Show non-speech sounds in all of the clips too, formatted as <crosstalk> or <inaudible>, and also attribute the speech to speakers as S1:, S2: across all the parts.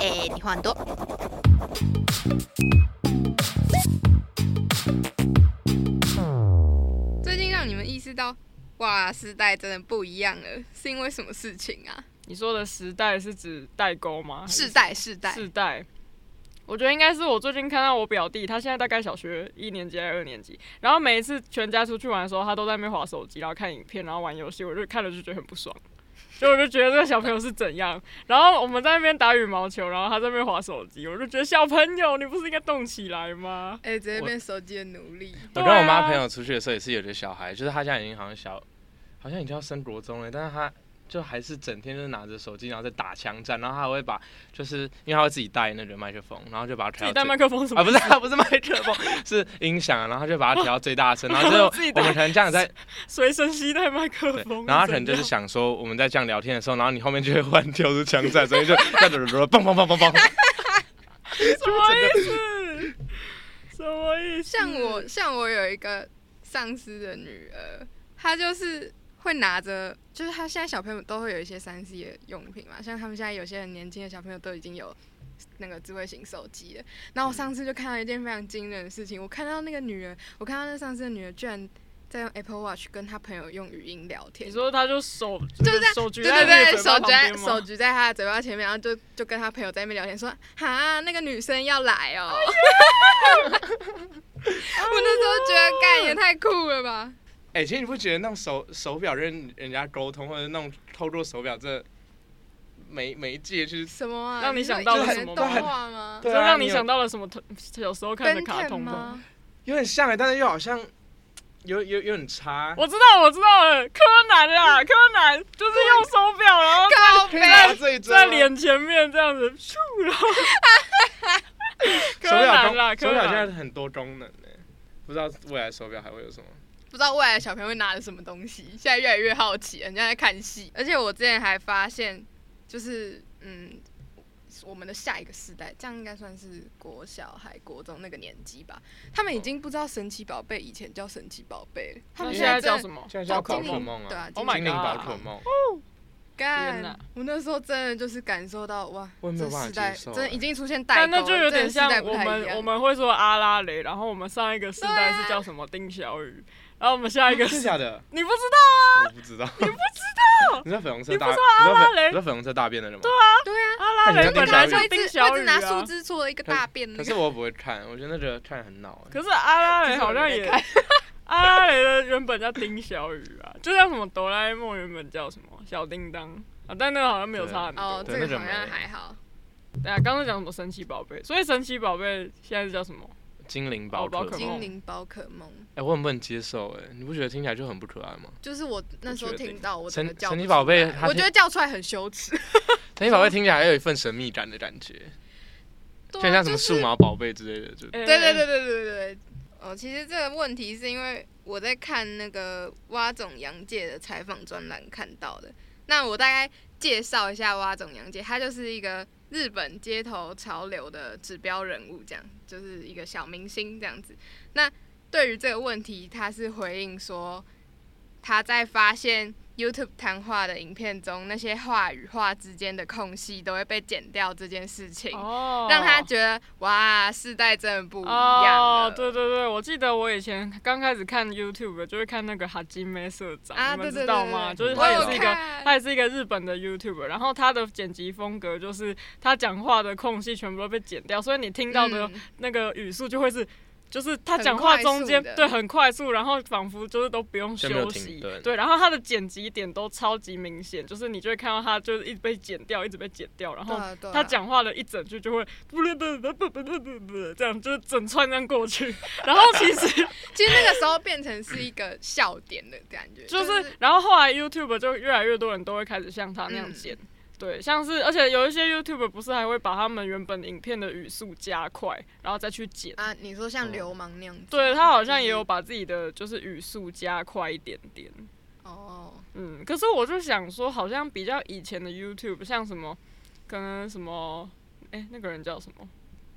S1: えー日本と
S2: 最近让你们意识到，哇，时代真的不一样了，是因为什么事情啊？
S3: 你说的时代是指代沟吗？
S2: 世代，世代，
S3: 世代。我觉得应该是我最近看到我表弟，他现在大概小学一年级还是二年级，然后每一次全家出去玩的时候，他都在那边划手机，然后看影片，然后玩游戏，我就看了就觉得很不爽，所以我就觉得这个小朋友是怎样。然后我们在那边打羽毛球，然后他在那边划手机，我就觉得小朋友，你不是应该动起来吗？
S2: 哎、直接变手机的奴隶。
S3: 对
S4: 我
S3: 啊
S4: 跟我妈朋友出去的时候也是有个小孩，就是他现在已经好像小，好像已经要升国中了，但是他就还是整天就是拿着手机，然后在打枪战，然后他还会把就是因为他会自己带那个麦克风，然后就把它
S3: 自
S4: 调
S3: 己带
S4: 到
S3: 麦克
S4: 最
S3: 风什么？
S4: 啊不是 <laughs> 不是麦克风是音响啊，然后他就把它调到最大声，然
S3: <laughs>
S4: 后
S3: 自
S4: 就
S3: 己带
S4: 我们可能这样在
S3: 随身携带麦克
S4: 对
S3: 风，
S4: 然后他可能就是想说我们在这样聊天的时候，然后你后面就会忽然跳出枪战， <laughs> 所以就那种嘣嘣嘣
S3: <laughs>
S4: 嘣嘣，
S3: 什么意
S4: <laughs>
S3: 思？什么意思？
S2: 像我，像我有一个上司的女儿，她就是会拿着，就是她现在小朋友都会有一些三 C 的用品嘛，像他们现在有些很年轻的小朋友都已经有那个智慧型手机了。然后我上次就看到一件非常惊人的事情，我看到那个女人，我看到那上司的女儿居然在用 Apple Watch 跟她朋友用语音聊天
S3: 你。说他就手
S2: 就
S3: 就是
S2: 在
S3: 手举
S2: 对
S3: 在
S2: 对对，
S3: 那个嘴
S2: 手
S3: 巴
S2: 举
S3: 旁
S2: 在
S3: 边
S2: 手
S3: 吗？
S2: 举在她的嘴巴前面，然后就就跟她朋友在那边聊天说，哈，那个女生要来哦。
S3: 哎
S2: <laughs> 我那时候觉得，干也太酷了吧！
S4: 哎、其实你不觉得那种手手表跟人家沟通，或者那种透过手表这媒媒介去
S2: 什么啊？
S3: 让你想
S2: 说
S3: 到
S2: 以
S4: 了
S2: 前
S4: 什么
S2: 动
S4: 吗
S2: 画吗？
S3: 就
S4: 对啊
S3: 让你
S4: 你有
S3: 想到了什么 <laughs> 童小时候看的卡通吗？
S2: 吗？
S4: 有点像哎，但是又好像有有有点差。
S3: <laughs> 我知道，我知道了，柯南啊，柯南就是用手表，然后
S2: 告
S4: 可
S2: 白
S4: 以拿这一
S3: 在
S4: 张
S3: 脸前面这样子，咻，
S2: <laughs>
S3: 然后柯
S4: 手表
S3: 南
S4: 功
S3: 啦，
S4: 手
S3: 柯
S4: 表现
S3: 南
S4: 在很多功能呢，不知道未来手表还会有什么。
S2: 不知道未来的小朋友会拿着什么东西，现在越来越好奇，人家在看戏。而且我之前还发现，就是嗯，我们的下一个世代，这样应该算是国小还国中那个年纪吧，他们已经不知道神奇宝贝以前叫神奇宝贝了，他
S3: 那
S2: 们
S3: 现在
S2: 真
S3: 叫
S2: 的
S3: 什么？
S4: 现在
S2: 叫
S4: 叫
S2: 宝
S4: 宝
S2: 可
S4: 可
S2: 梦
S4: 梦
S2: 对啊
S4: 啊，
S2: 精
S3: 灵
S4: 精灵
S3: 宝
S4: 宝
S3: 可
S4: 可梦，
S3: 天
S2: 干
S3: 哪！
S2: 我那时候真的就是感受到哇，
S4: 我也没
S2: 这
S4: 有办法
S2: 世代
S4: 接受
S2: 真的已经出现代沟了，
S3: 但那就有点像
S2: 这世代不
S3: 我
S2: 太一
S3: 们
S2: 样啊
S3: 我们会说阿拉蕾，然后我们上一个世代是叫什么丁小雨，然后我们下一个
S4: 真
S3: 是
S4: 的假的？
S3: 你不知道啊
S4: 我不
S3: <laughs>
S4: 知道，你不知道？ <laughs> 你知道粉红色
S3: 你不
S4: 大，
S3: 说
S4: 你知
S3: 阿
S4: 道
S3: 拉蕾
S4: 粉你知道粉红色大便的人吗？对
S2: 对啊，
S3: 啊，阿拉蕾本来就
S2: 我一
S3: 丁
S2: 直
S3: 小
S2: 我一直
S3: 雨
S2: 拿
S3: 啊
S2: 树，枝做了一个大便那
S4: 可
S2: 个
S4: 是。我不会看，我觉得那个看很恼哎。
S3: 可是阿拉蕾好像
S2: 这是
S3: 也
S2: 我
S3: <laughs>
S2: 没
S3: 阿拉蕾的原本叫丁小雨 <laughs> 啊，就像什么哆啦 A 梦原本叫什么小叮当啊，但那个好像没有差很
S2: 哦
S3: 多，。
S4: 对
S2: 这
S4: 那
S2: 个
S4: 个
S2: 好
S4: 没
S2: 像
S4: 有
S2: 还好。
S3: 对啊，刚刚讲什么神奇宝贝，所以神奇宝贝现在是叫什么？
S4: 精灵宝
S3: 哦宝
S4: 可
S3: 可梦
S4: 梦，
S2: 精灵宝可梦，
S4: 哎，我很不能接受哎，你不觉得听起来就很不可爱吗？
S3: 啊
S2: 就是我那时候听到我
S4: 神
S2: 真的叫不
S4: 神奇
S2: 出来
S4: 宝贝它
S2: 我觉得叫出来很羞耻。 <laughs>
S4: 神奇宝贝听起来还有一份神秘感的感觉，
S2: 对
S4: 就
S2: 啊
S4: 很像什么
S2: 就
S4: 数
S2: 是
S4: 码宝贝之类的，就
S3: 对
S2: 对对对对对对对。哦，其实这个问题是因为我在看那个蛙总洋介的采访专栏看到的。那我大概介绍一下蛙总洋介，他就是一个日本街头潮流的指标人物，这样就是一个小明星这样子。那对于这个问题，他是回应说，他在发现 YouTube 谈话的影片中，那些话与话之间的空隙都会被剪掉这件事情。
S3: 哦
S2: 让他觉得哇，世代真的不一样
S3: 哦
S2: 了，
S3: 对对对，我记得我以前刚开始看 YouTube 就会看那个哈基妹社长，
S2: 啊，
S3: 你
S2: 对
S3: 们
S2: 对对
S3: 知道
S2: 对
S3: 吗？
S2: 对
S3: 就是
S2: 我
S3: 他
S2: 有
S3: 也是一个
S2: 看
S3: 他也是一个日本的 YouTuber，然后他的剪辑风格就是他讲话的空隙全部都被剪掉，所以你听到的
S2: 嗯
S3: 那个哦语速就会是，就是他
S2: 很
S3: 讲
S2: 快
S3: 话中
S2: 速
S3: 间
S2: 的
S3: 对很快速，然后仿佛就是都不用
S4: 就没有
S3: 休
S4: 停
S3: 息
S4: 顿，
S3: 对，然后他的剪辑点都超级明显，就是你就会看到他就是一直被剪掉，一直被剪掉，然
S2: 对
S3: 后
S2: 啊对啊
S3: 他讲话的一整句就会不不不不不不不不这样，就是整串这样
S2: <laughs>
S3: 过去，然后其实。
S2: 其实那个时候变成是一个笑点的感觉，就
S3: 就，
S2: 是
S3: 然后后来 YouTube 就越来越多人都会开始像他那样剪，
S2: 嗯
S3: 对，像是而且有一些 YouTube 不是还会把他们原本影片的语速加快，然后再去剪。
S2: 啊，你说像流氓那样子，
S3: 对他好像也有
S2: 就是
S3: 把自己的就是语速加快一点点，
S2: 哦，
S3: 嗯，可是我就想说，好像比较以前的 YouTube，像什么，可能什么，哎、那个人叫什么？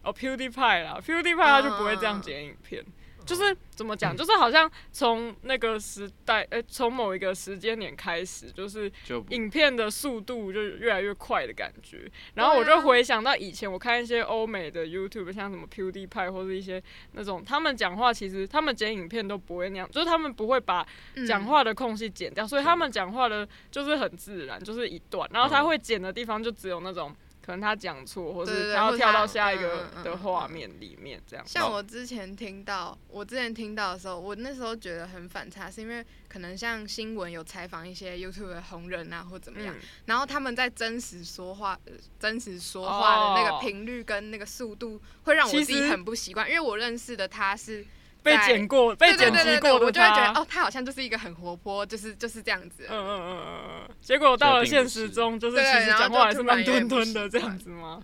S3: 哦，PewDiePie 啦，PewDiePie 他就不会这样剪影片，就是怎么讲，就是好像从那个时代，呃、从某一个时间点开始，就是 <laughs>
S4: 就不
S3: 影片的速度就越来越快的感觉。然后我
S2: 对
S3: 就
S2: 啊
S3: 回想到以前我看一些欧美的 YouTube，像什么 PewDiePie 或者一些那种，他们讲话其实他们剪影片都不会那样，就是他们不会把
S2: 嗯
S3: 讲话的空隙剪掉，所以他们讲话的就是很自然，就是一段，然后
S2: 嗯
S3: 他会剪的地方就只有那种。可能他讲错，或
S2: 对对
S3: 是
S2: 对
S3: 他要
S2: 或是
S3: 跳
S2: 他
S3: 到下一
S2: 嗯
S3: 个
S2: 嗯嗯
S3: 的
S2: 嗯
S3: 画
S2: 嗯
S3: 面里面这样。
S2: 像
S4: 然后
S2: 我之前听到，我之前听到的时候，我那时候觉得很反差，是因为可能像新闻有采访一些 YouTube 的红人啊，或怎么样，
S3: 嗯，
S2: 然后他们在真实说话、呃真实说话的那
S3: 哦
S2: 个频率跟那个速度，会让我
S3: 其
S2: 自己
S3: 实
S2: 很不习惯，因为我认识的他是
S3: 被
S2: 在
S3: 剪过、被
S2: 对
S3: 剪
S2: 对
S3: 辑
S2: 对对对，
S3: 过的
S2: 我就会觉
S3: 他
S2: 得哦，他好像就是一个很活泼，就是就是这样子
S3: 嗯
S2: 的人。
S3: 嗯嗯嗯嗯，结果到了现实中，就是
S2: 对
S3: 其实
S2: 然后
S3: 讲
S2: 就
S3: 话还是
S2: 突然
S3: 慢
S2: 有点
S3: 吞吞的
S2: 不习
S3: 这
S2: 惯
S3: 样子吗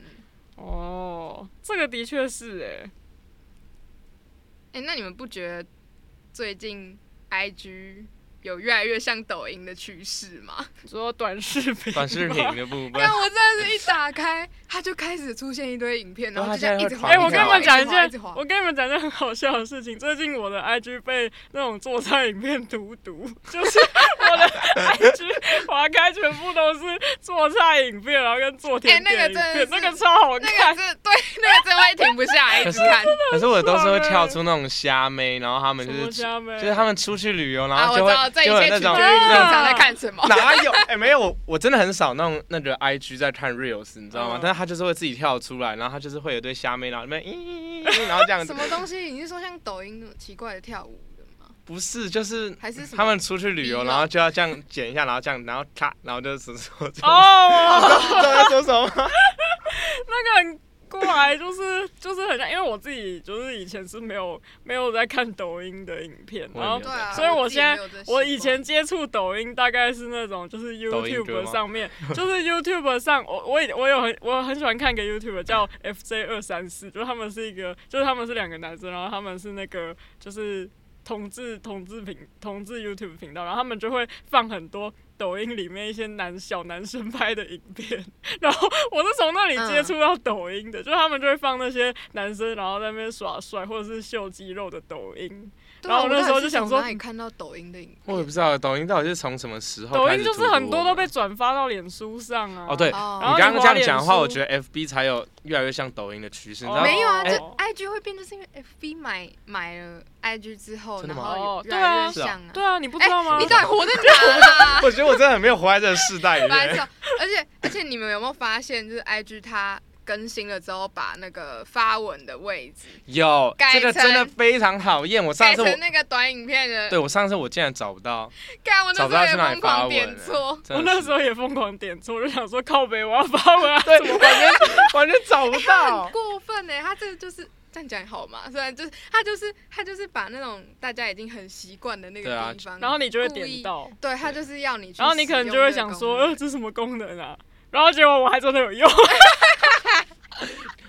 S2: 嗯？
S3: 哦，这个的确是哎、
S2: 哎、那你们不觉得最近 IG 有越来越像抖音的趋势吗？
S3: <laughs> 你说短视频，
S4: 短视频，的部分
S3: <laughs>
S2: 但，我真的是一打开，它就开始出现一堆影片，然后就这样一直滑。
S3: 哎、
S4: 对
S3: 我
S4: 它
S2: 啊一直
S3: 跟
S2: 滑
S3: 你们讲一
S2: 直滑
S3: 件
S2: 直，滑
S3: 我跟你们讲一件很好笑的事情。最近我的 IG 被那种做菜影片荼毒， <laughs> 就是我的 IG 划开全部都是做菜影片，然后跟做甜
S2: 哎那
S3: 点
S2: 个
S3: 影
S2: 真的
S3: 片，
S2: 是
S3: 那个超好
S2: 那
S3: 看
S2: 个。是对，那个真的会停不下来，一直
S3: <laughs>
S2: 看。
S4: 可是我都是会跳出那种虾妹，然后他们
S3: 什么
S4: 就是
S3: 虾妹？
S4: 就是他们出去旅游，然
S2: 啊，
S4: 后
S2: 我知
S4: 就会、
S2: 道这一
S4: 就
S2: 切
S4: 会
S2: 取决
S4: 有那
S2: 于
S4: 种
S2: 你平常在看什么。
S4: 哪有？哎、没有，我我真的很少那种那个 IG 在看 reels，你知道吗？
S3: 嗯
S4: 但是他就是会自己跳出来，然后他就是会有对虾妹，然后那边咦咦咦咦，然后这样子
S2: 什。么东西？你是说像抖音那种奇怪的跳舞的吗？
S4: 不是，就是
S2: 还是什么？
S4: 他们出去旅游，
S2: 比喻
S4: 然后就要这样剪一下，然后这样，然后咔，然后就是说这样。 <laughs>
S3: 哦，
S4: 知道在说什么吗？
S3: 那个很怪，就是 <laughs> 就是很像，因为我自己就是以前是没有没有在看抖音的影片，
S4: 我也
S3: 然后
S4: 没有
S2: 对啊，
S3: 所以我
S2: 我自己
S3: 现在
S2: 没有这习
S3: 我以
S2: 惯
S3: 前接触抖音大概是那种就是
S4: 抖音歌
S3: YouTube
S4: 吗
S3: 上面， <laughs> 就是 YouTube 上我我也我有很我很喜欢看一个 YouTube 叫 FJ 二三四，就是他们是一个就是他们是两个男生，然后他们是那个就是。同志同志频同志 YouTube 频道，然后他们就会放很多抖音里面一些男小男生拍的影片， <laughs> 然后我是从那里接触到抖音
S2: 嗯
S3: 的，就是他们就会放那些男生然后在那边耍帅或者是秀肌肉的抖音，
S2: 对啊
S3: 然后我
S2: 我
S3: 那
S2: 到
S3: 时候
S2: 底
S3: 就是想
S2: 从
S3: 说
S2: 哪里看到抖音的影片？哦
S4: 我也不知道抖音到底是从什么时候
S3: 抖
S4: 开
S3: 音
S4: 始
S3: 就
S4: 荼
S3: 是
S4: 毒
S3: 很多
S4: 我
S3: 都
S4: 们
S3: 被转发到脸书上啊。
S4: 哦对。
S3: 然
S2: 哦
S3: 后
S4: 你
S3: 你
S4: 刚刚
S3: 滑
S4: 这样讲的话，
S3: 脸书
S4: 我觉得 FB 才有越来越像抖音的趋势，你
S3: 哦
S4: 知道吗？
S2: 没有啊，
S3: 哎
S2: 这 IG 会变，就是因为 FB 买买了 IG 之后，
S4: 真的
S2: 然
S4: 吗
S2: 后
S3: 哦
S2: 越来越
S4: 对啊
S2: 像啊。
S3: 对啊，你不知
S2: 哎
S3: 道吗？
S2: 你到底活在哪啊？
S4: <laughs> 我觉得我真的很没有活在这个世代里
S2: <laughs> 白
S4: 面
S2: 痴。哦！而且而且，你们有没有发现，就是 IG 它更新了之后，把那个发文的位置
S4: 有
S2: 改
S4: 这个
S2: 成
S4: 真的非常讨厌。我上
S2: 改
S4: 次
S2: 成
S4: 我
S2: 那个短影片的，
S4: 对我上次我竟然找不到，
S2: 干我那
S4: 找
S2: 时
S4: 不到
S2: 候
S4: 去
S2: 也
S4: 哪里
S2: 疯
S4: 发
S2: 狂
S4: 文
S2: 点错。
S4: 真的
S3: 我那
S4: 是
S3: 时候也疯狂点错，我就想说靠北，我要发文啊。
S4: 对我完全完全找不
S2: 他
S3: 哦
S4: 到
S2: 很。过分哎，他这个就是这样讲好吗？虽然就是他就是他就是把那种大家已经很习惯的那
S4: 对
S2: 个
S4: 啊
S2: 地方，
S3: 然后你就会
S2: 嗯故
S3: 点
S2: 意
S3: 到，
S2: 对他就是要你去，
S3: 然后你可能就会想说，呃，，这什么功能啊？然后结果我还真的有用，
S4: <laughs>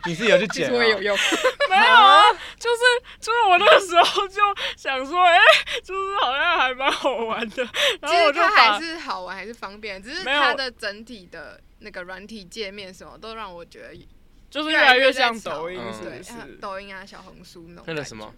S4: 你自己有去
S2: 其
S4: 剪
S2: 实
S4: 啊？
S2: 我也有用， <laughs>
S3: 没有啊？ <laughs> 就是就是我那个时候就想说，哎、就是好像还蛮好玩的。然
S2: 其
S3: 后我
S2: 实
S3: 就
S2: 它还
S3: 把
S2: 是好玩，还是方便，只是
S3: 没有
S2: 它的整体的那个软体界面什么都让我觉得
S3: 就是
S2: 越
S3: 越来越
S2: 在
S3: 像
S2: 吵
S3: 抖音，
S4: 嗯
S3: 是
S2: 对
S3: 不，是？
S2: 啊抖音啊、小红书那种
S4: 那个
S2: 感
S4: 什么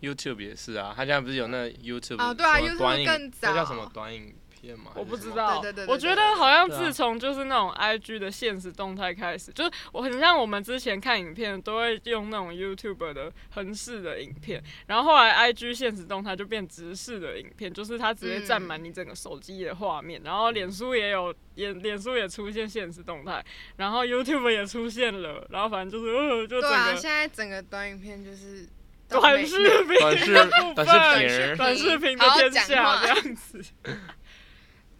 S2: 觉
S4: YouTube 也是啊，他现在不是有那个 YouTube
S2: 啊对啊
S4: 什么
S2: YouTube
S4: 短影
S2: 更早
S4: 那叫什么短影片嘛？
S3: 我不
S4: 还是
S3: 知
S4: 什么。
S3: 道，
S2: 对对对对
S3: 我
S2: 对
S3: 觉得
S2: 对
S3: 好像
S4: 对啊
S3: 自从就是那种 IG 的现实动态开始，就是我很像我们之前看影片都会用那种 YouTube 的横式的影片，然后后来 IG 现实动态就变直视的影片，就是它直接占
S2: 嗯
S3: 满你整个手机的画面，然后脸书也有，也脸书也出现现实动态，然后 YouTube 也出现了，然后反正就是呃，就整
S2: 对啊，
S3: 个
S2: 现在整个短影片就是都没
S3: 短视频
S4: 短视 <laughs>
S3: 的部
S4: 短
S3: 分
S4: 视频儿
S3: 短视频的
S2: 好好
S3: 天
S2: 讲
S3: 下
S2: 话
S3: 这样子。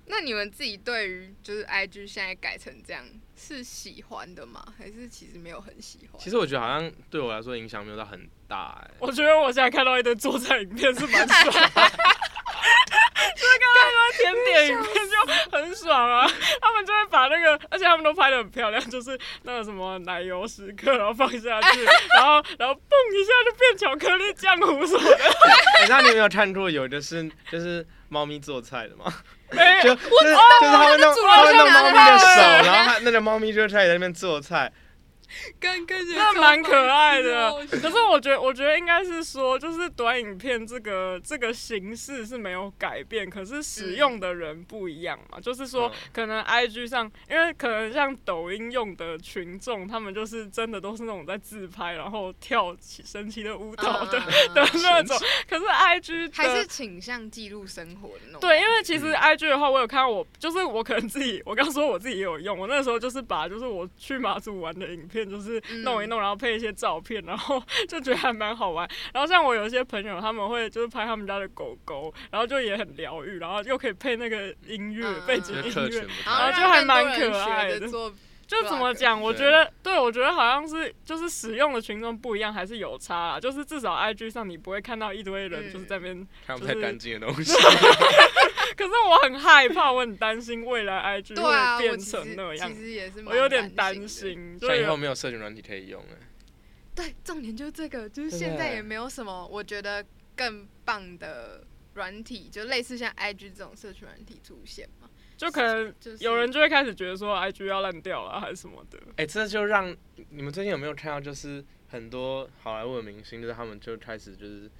S2: 那你们自己对于就是 IG 现在改成这样是喜欢的吗？还是其实没有很喜欢？
S4: 其实我觉得好像对我来说影响没有到很大哎、
S3: <laughs>
S4: <laughs>
S3: 我觉得我现在看到一堆做菜影片是 <laughs> 蛮爽的，就是看到一堆甜点影片就很爽啊。 <laughs> 他们就会把那个，而且他们都拍的很漂亮，就是那个什么奶油时刻，然后放下去，然后然后嘣一下就变巧克力浆糊什么的。
S4: 欸那你有没有看过有的是就是猫咪做菜的吗？
S3: 哎
S4: 就就是就是它会弄
S2: 主人
S4: 它会弄
S2: 就拿
S4: 猫
S2: 着
S4: 咪的 <laughs>
S2: 它的
S4: 手，
S2: 手
S4: 然后它那个猫咪就会开始在那边做菜。
S2: 跟跟 <laughs> 人
S3: 那蛮可
S2: <laughs>
S3: 爱的
S2: 哦我。
S3: 可是我觉得，我觉得应该是说，就是短影片这个这个形式是没有改变，可是使用的人不一样嘛。就是说
S4: 嗯，
S3: 可能 IG 上，因为可能像抖音用的群众，他们就是真的都是那种在自拍，然后跳起神奇的舞蹈的、的那种。可是 IG 的
S2: 啊还是倾向记录生活的那种。
S3: 对，因为其实
S4: 嗯
S3: IG 的话，我有看到我，就是我可能自己，我刚说我自己也有用，我那时候就是把就是我去马祖玩的影片，就是
S2: 嗯
S3: 弄一弄，然后配一些照片，然后 <laughs> 就觉得还蛮好玩。然后像我有一些朋友，他们会就是拍他们家的狗狗，然后就也很疗愈，然后又可以配那个音乐、
S2: 嗯
S3: 背
S4: <laughs> 就
S3: 景
S4: 是
S3: 音
S4: 客群
S3: 乐，
S4: 不
S3: 然后
S4: 太
S3: 啊就
S2: 让
S3: 还
S2: 更
S3: 蛮
S2: 多人
S3: 可
S2: 学
S3: 爱
S2: 着
S3: 的
S2: 做
S3: 就怎
S2: 啊
S3: 么讲？我
S4: 对
S3: 觉得，对我觉得好像是就是使用的群众不一样，还是有差啦。就是至少 IG 上你不会看到一堆人
S2: 嗯
S3: 就是在那边 <laughs>
S4: 看不
S3: 就
S4: 太
S3: 是
S4: 干净的东西。
S3: 可是我很害怕，我很担心未来 IG
S2: 对啊，
S3: 会
S2: 我
S3: 变
S2: 其实
S3: 成那样
S2: 其，实也是蛮
S3: 我有点担
S2: 担的。
S3: 心。就
S4: 像以后
S3: 有
S4: 没有社群软体可以用哎，
S2: 对，重点就是这个，就是
S4: 对不
S2: 现在
S4: 对
S2: 也没有什么我觉得更棒的软体，就类似像 IG 这种社群软体出现嘛。
S3: 就可能
S2: 就是
S3: 有人就会开始觉得说 IG 要烂掉了还是什么的。
S4: 哎，这就让你们最近有没有看到，就是很多好莱坞的明星，就是他们就开始就是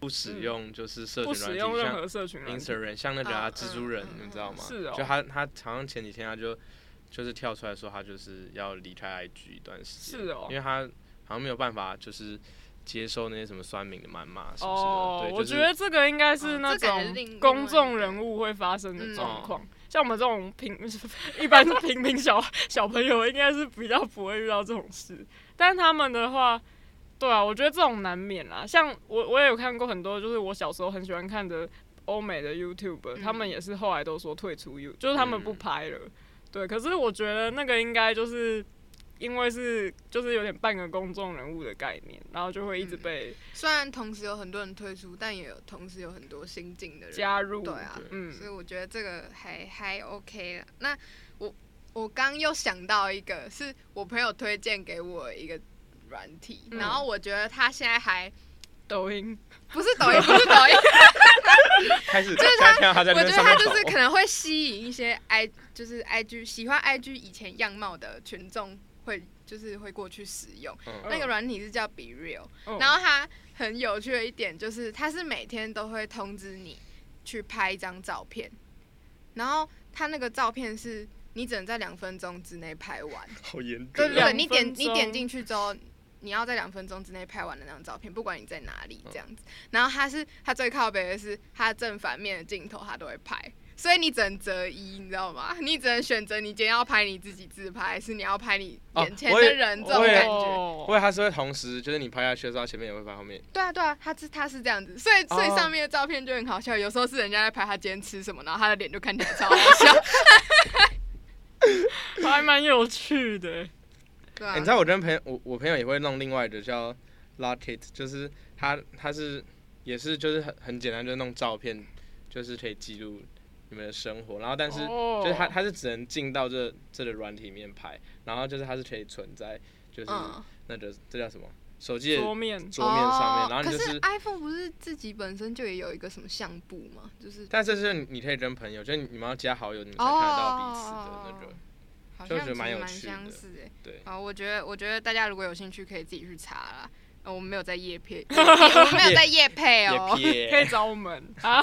S4: 不使嗯用就是社
S3: 不使
S4: 群软体，
S3: 用任
S4: 像
S3: 何社群软体，
S4: Instagram，像那个
S2: 嗯
S4: 啊
S2: 嗯
S4: 蜘蛛人，
S2: 嗯
S4: 你知道吗？
S3: 是哦
S4: 就他他好像前几天他就就是跳出来说他就是要离开 IG 一段时间，
S3: 是哦
S4: 因为他好像没有办法就是接受那些什么酸民的谩骂什么什么
S3: 哦
S4: 的，对，
S3: 我
S4: 就是
S3: 觉得这个应该
S2: 哦
S3: 是那
S2: 这感觉另
S3: 种公众
S2: 另
S3: 人物会发生的状
S4: 嗯
S3: 况。像我们这种平， <laughs> 一般是平民小小朋友，应该是比较不会遇到这种事。但他们的话，对啊，我觉得这种难免啦。像我，我也有看过很多，就是我小时候很喜欢看的欧美的 YouTube，、他
S2: 嗯
S3: 们也是后来都说退出 You，就是他们不
S4: 嗯
S3: 拍了。对，可是我觉得那个应该就是因为是就是有点半个公众人物的概念，然后就会一直
S2: 嗯
S3: 被
S2: 虽然同时有很多人退出，但也有同时有很多新进的人
S3: 加入。
S2: 对啊，
S3: 嗯
S2: 所以我觉得这个还还 OK 了。那我我刚又想到一个，是我朋友推荐给我一个软体，
S3: 嗯
S2: 然后我觉得他现在还
S3: 抖音
S2: 不是抖音， <laughs> 不是抖音，<laughs>
S4: 开始就是他看到他在
S2: 我觉
S4: 那边
S2: 得
S4: 上
S2: 他
S4: 面
S2: 就是可
S4: 抖
S2: 能会吸引一些 i 就是 IG 喜欢 IG 以前样貌的群众会就是会过去使用。
S4: 嗯
S2: 那个软体是叫 Be Real，、
S4: 哦
S3: 嗯
S2: 然后它很有趣的一点就是它是每天都会通知你去拍一张照片，然后它那个照片是你只能在两分钟之内拍
S3: <laughs>
S2: 完。
S4: <laughs> 好严
S2: 对
S4: 格
S2: 对
S4: 哦，
S2: 对，
S3: 两
S2: 你点
S3: 分钟
S2: 你点进去之后，你要在两分钟之内拍完的那张照片，不管你在哪里这样子。然后它是它最靠北的是它的正反面的镜头，它都会拍。所以你只能择一，你知道吗？ <laughs> 你只能选择你今天要拍你自己自拍，还是你要拍你
S4: 哦
S2: 眼前
S4: 我也
S2: 的人、这种
S4: 我也
S2: 感觉。
S3: 哦
S4: 不过他是会同时就是你拍下去的时候，他前面也会拍后面，
S2: 对啊，对啊，他是他是这样子，所以所以
S4: 哦
S2: 上面的照片就很好笑。有时候是人家在拍他今天吃什么，然后他的脸就看起来超好笑。
S4: <laughs>
S3: 还蛮有趣的。
S2: 对
S4: 欸
S2: 啊
S4: 你知，道我跟朋友，我我朋友也会弄另外的叫 Locket，就是他他是也是就是很很简单，就是弄照片，就是可以记录你们的生活。然后但是、
S3: 哦
S4: 就是他他是只能进到这这个软体里面拍，然后就是它是可以存在就是
S2: 嗯，
S4: 那个、这叫什么手机的
S3: 桌面
S4: 桌面上面，
S2: 哦
S4: 然后你就
S2: 可
S4: 是
S2: 是 iPhone 不是自己本身就也有一个什么相簿吗？就是
S4: 但这是你可以跟朋友，就是你们要加好友，你们才看得到彼此的那个。
S2: 哦好
S4: 就
S2: 像
S4: 觉得蛮
S2: 其实
S4: 有
S2: 蛮
S4: 趣
S2: 相
S4: 的
S2: 似哎。
S4: 对，
S2: 好，我觉得我觉得大家如果有兴趣，可以自己去查啦。呃我们没有在夜
S4: <laughs>
S2: 配，我们没有在夜配哦。
S4: 也
S3: 可以找我们啊，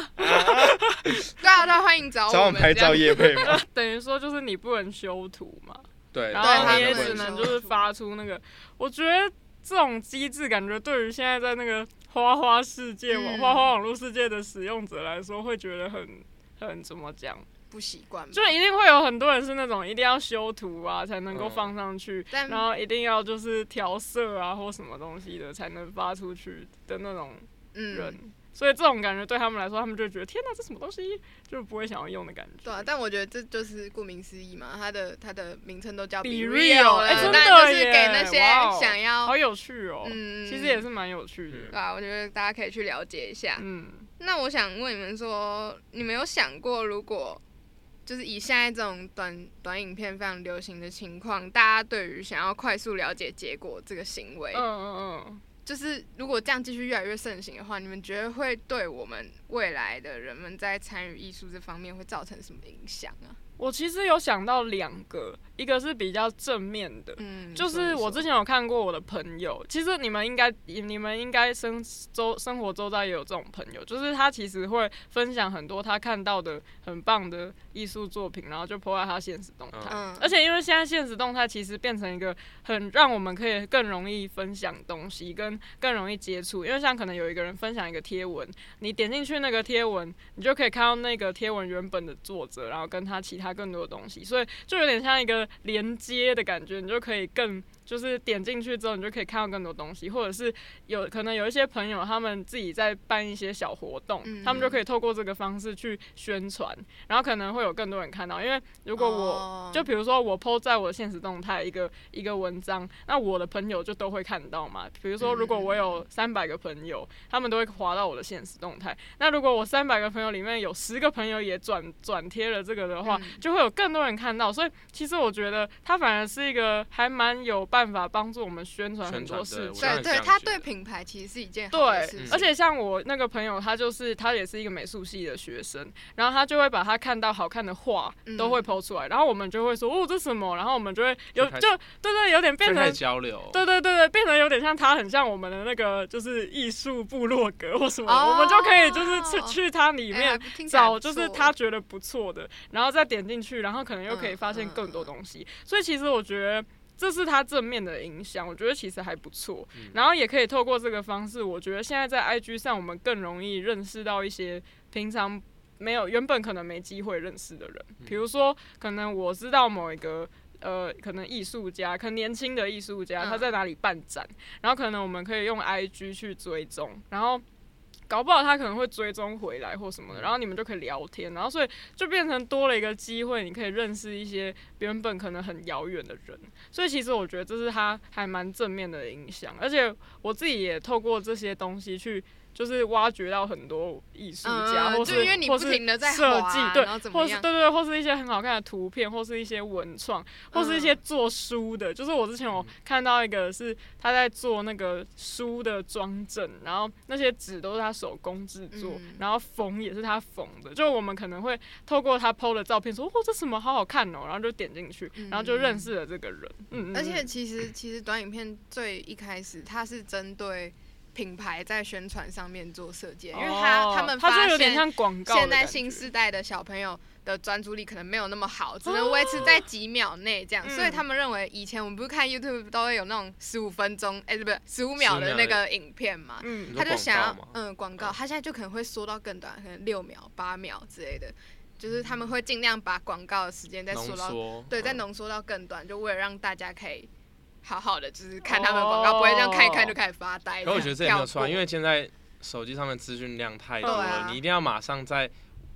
S2: 对啊，对啊，欢迎找
S4: 找我
S2: 我
S4: 们拍
S2: 这样
S4: 照夜配吗？
S3: 等于说就是你不能修图嘛，
S4: 对，
S3: 然
S2: 对
S3: 后
S2: 他
S3: 你也
S2: 不能
S3: 只
S2: 修
S3: 能
S2: 图
S3: 就是发出那个。我觉得这种机制感觉对于现在在那个花花世界网、
S2: 嗯
S3: 花花网络世界的使用者来说，会觉得很很怎么讲，
S2: 不习惯吧，
S3: 就一定会有很多人是那种一定要修图啊才能够
S4: 嗯
S3: 放上去，
S2: 但
S3: 然后一定要就是调色啊或什么东西的才能发出去的那种人。
S2: 嗯，
S3: 所以这种感觉对他们来说，他们就觉得天哪，这什么东西， <laughs> 就不会想要用的感觉。
S2: 对啊，但我觉得这就是顾名思义嘛，它的它的名称都叫
S3: Be
S2: Be
S3: Real，
S2: Real
S3: 哎
S2: 了，
S3: 真
S2: 那
S3: 的
S2: 就是给
S3: 耶
S2: 那些
S3: 哇哦
S2: 想要
S3: 好有趣哦，
S2: 嗯
S3: 其实也是蛮有趣
S2: 对
S3: 的。
S2: 啊，我觉得大家可以去了解一下。
S3: 嗯，
S2: 那我想问你们说，你们有想过，如果就是以现在这种短短影片非常流行的情况，大家对于想要快速了解结果这个行为，
S3: 嗯嗯嗯，
S2: 就是如果这样继续越来越盛行的话，你们觉得会对我们未来的人们在参与艺术这方面会造成什么影响啊？
S3: 我其实有想到两个，一个是比较正面的，
S2: 嗯，
S3: 就是我之前有看过我的朋友，其实你们应该，你们应该生周生活周遭也有这种朋友，就是他其实会分享很多他看到的很棒的艺术作品，然后就 po 在他现实动态。
S2: 嗯，
S3: 而且因为现在现实动态其实变成一个很让我们可以更容易分享东西，跟更容易接触。因为像可能有一个人分享一个贴文，你点进去那个贴文，你就可以看到那个贴文原本的作者，然后跟他其他更多的东西，所以就有点像一个连接的感觉，你就可以更。就是点进去之后，你就可以看到更多东西，或者是有可能有一些朋友他们自己在办一些小活动，
S2: 嗯
S3: 他们就可以透过这个方式去宣传，然后可能会有更多人看到。因为如果我、
S2: 哦
S3: 就比如说我 PO 在我的现实动态一个一个文章，那我的朋友就都会看到嘛。比如说，如果我
S2: 嗯
S3: 有三百个朋友，他们都会划到我的现实动态。那如果我三百个朋友里面有十个朋友也转转贴了这个的话，
S2: 嗯
S3: 就会有更多人看到。所以其实我觉得它反而是一个还蛮有办法帮助我们宣传很多
S4: 宣传
S3: 事
S4: 对
S3: 情。
S4: 我
S2: 对
S4: 当
S2: 对，
S4: 然这样
S2: 他
S4: 觉
S2: 对
S4: 得
S2: 品牌其实是一件好
S3: 对
S2: 的事情，，
S3: 而且像我那个朋友，他就是他也是一个美术系的学生，然后他就会把他看到好看的画
S2: 嗯
S3: 都会剖出来，然后我们就会说哦这什么，然后我们就会有
S4: 就开
S3: 就
S4: 始
S3: 对对有点变
S4: 这
S3: 成
S4: 太交流，
S3: 对对对对变成有点像他很像我们的那个就是艺术部落格或什么，
S2: 哦
S3: 我们就可以就是去去他里
S2: 哎还
S3: 面
S2: 不听起来
S3: 找
S2: 不
S3: 就是
S2: 错
S3: 他觉得不错的，然后再点进去，然后可能又可以
S2: 嗯
S3: 发现
S2: 嗯
S3: 更多
S2: 嗯
S3: 东西。所以其实我觉得这是他正面的影响，我觉得其实还不错
S4: 嗯。
S3: 然后也可以透过这个方式，我觉得现在在 IG 上我们更容易认识到一些平常。没有原本可能没机会认识的人，比如说，可能我知道某一个呃，可能艺术家，可能年轻的艺术家，
S2: 嗯
S3: 他在哪里办展，然后可能我们可以用 IG 去追踪，然后搞不好他可能会追踪回来或什么的，
S4: 嗯
S3: 然后你们就可以聊天，然后所以就变成多了一个机会，你可以认识一些原本可能很遥远的人，所以其实我觉得这是他还蛮正面的影响，而且我自己也透过这些东西去。就是挖掘到很多艺术家，
S2: 嗯
S3: 或
S2: 就是因为你
S3: 或
S2: 不
S3: 是
S2: 停地在
S3: 设
S2: 滑
S3: 计，
S2: 啊
S3: 对
S2: 然后怎，么
S3: 或是
S2: 样
S3: 对对对，或是一些很好看的图片，或是一些文创，或是一
S2: 嗯
S3: 些做书的。就是我之前有看到一个是他在做那个书的装帧，然后那些纸都是他手工制作，
S2: 嗯
S3: 然后缝也是他缝的。就我们可能会透过他 PO 的照片说，哦，这什么好好看哦，然后就点进去，然后就认识了这个人。嗯，嗯
S2: 而且
S3: 嗯
S2: 其实其实短影片最一开始它是针对品牌在宣传上面做设计，因为他、
S3: 哦
S2: 他们
S3: 他
S2: 发
S3: 就有点
S2: 现
S3: 像广告的
S2: 现在
S3: 感觉
S2: 新时代的小朋友的专注力可能没有那么好，只能维持在几秒内这样，
S3: 哦嗯
S2: 所以他们认为以前我们不是看 YouTube 都会有那种十五分钟，哎、不是十五秒的
S4: 15
S2: 那
S4: 秒的
S2: 个影片嘛，
S3: 嗯
S2: 他就想要
S4: 你说广告
S2: 嗯广告，
S4: 嗯
S2: 他现在就可能会缩到更短，可能六秒、八秒之类的，就是他们会尽量把广告的时间再缩
S4: 浓
S2: 到，
S4: 缩，
S2: 对，再
S4: 嗯
S2: 浓缩到更短，就为了让大家可以好好的就是看他们的广
S3: 哦
S2: 告，不会这样看一看就开始发呆。
S4: 可我觉得这也没有错啊，
S2: 跳过
S4: 因为现在手机上面资讯量太多
S2: 对
S4: 了，
S2: 啊
S4: 你一定要马上在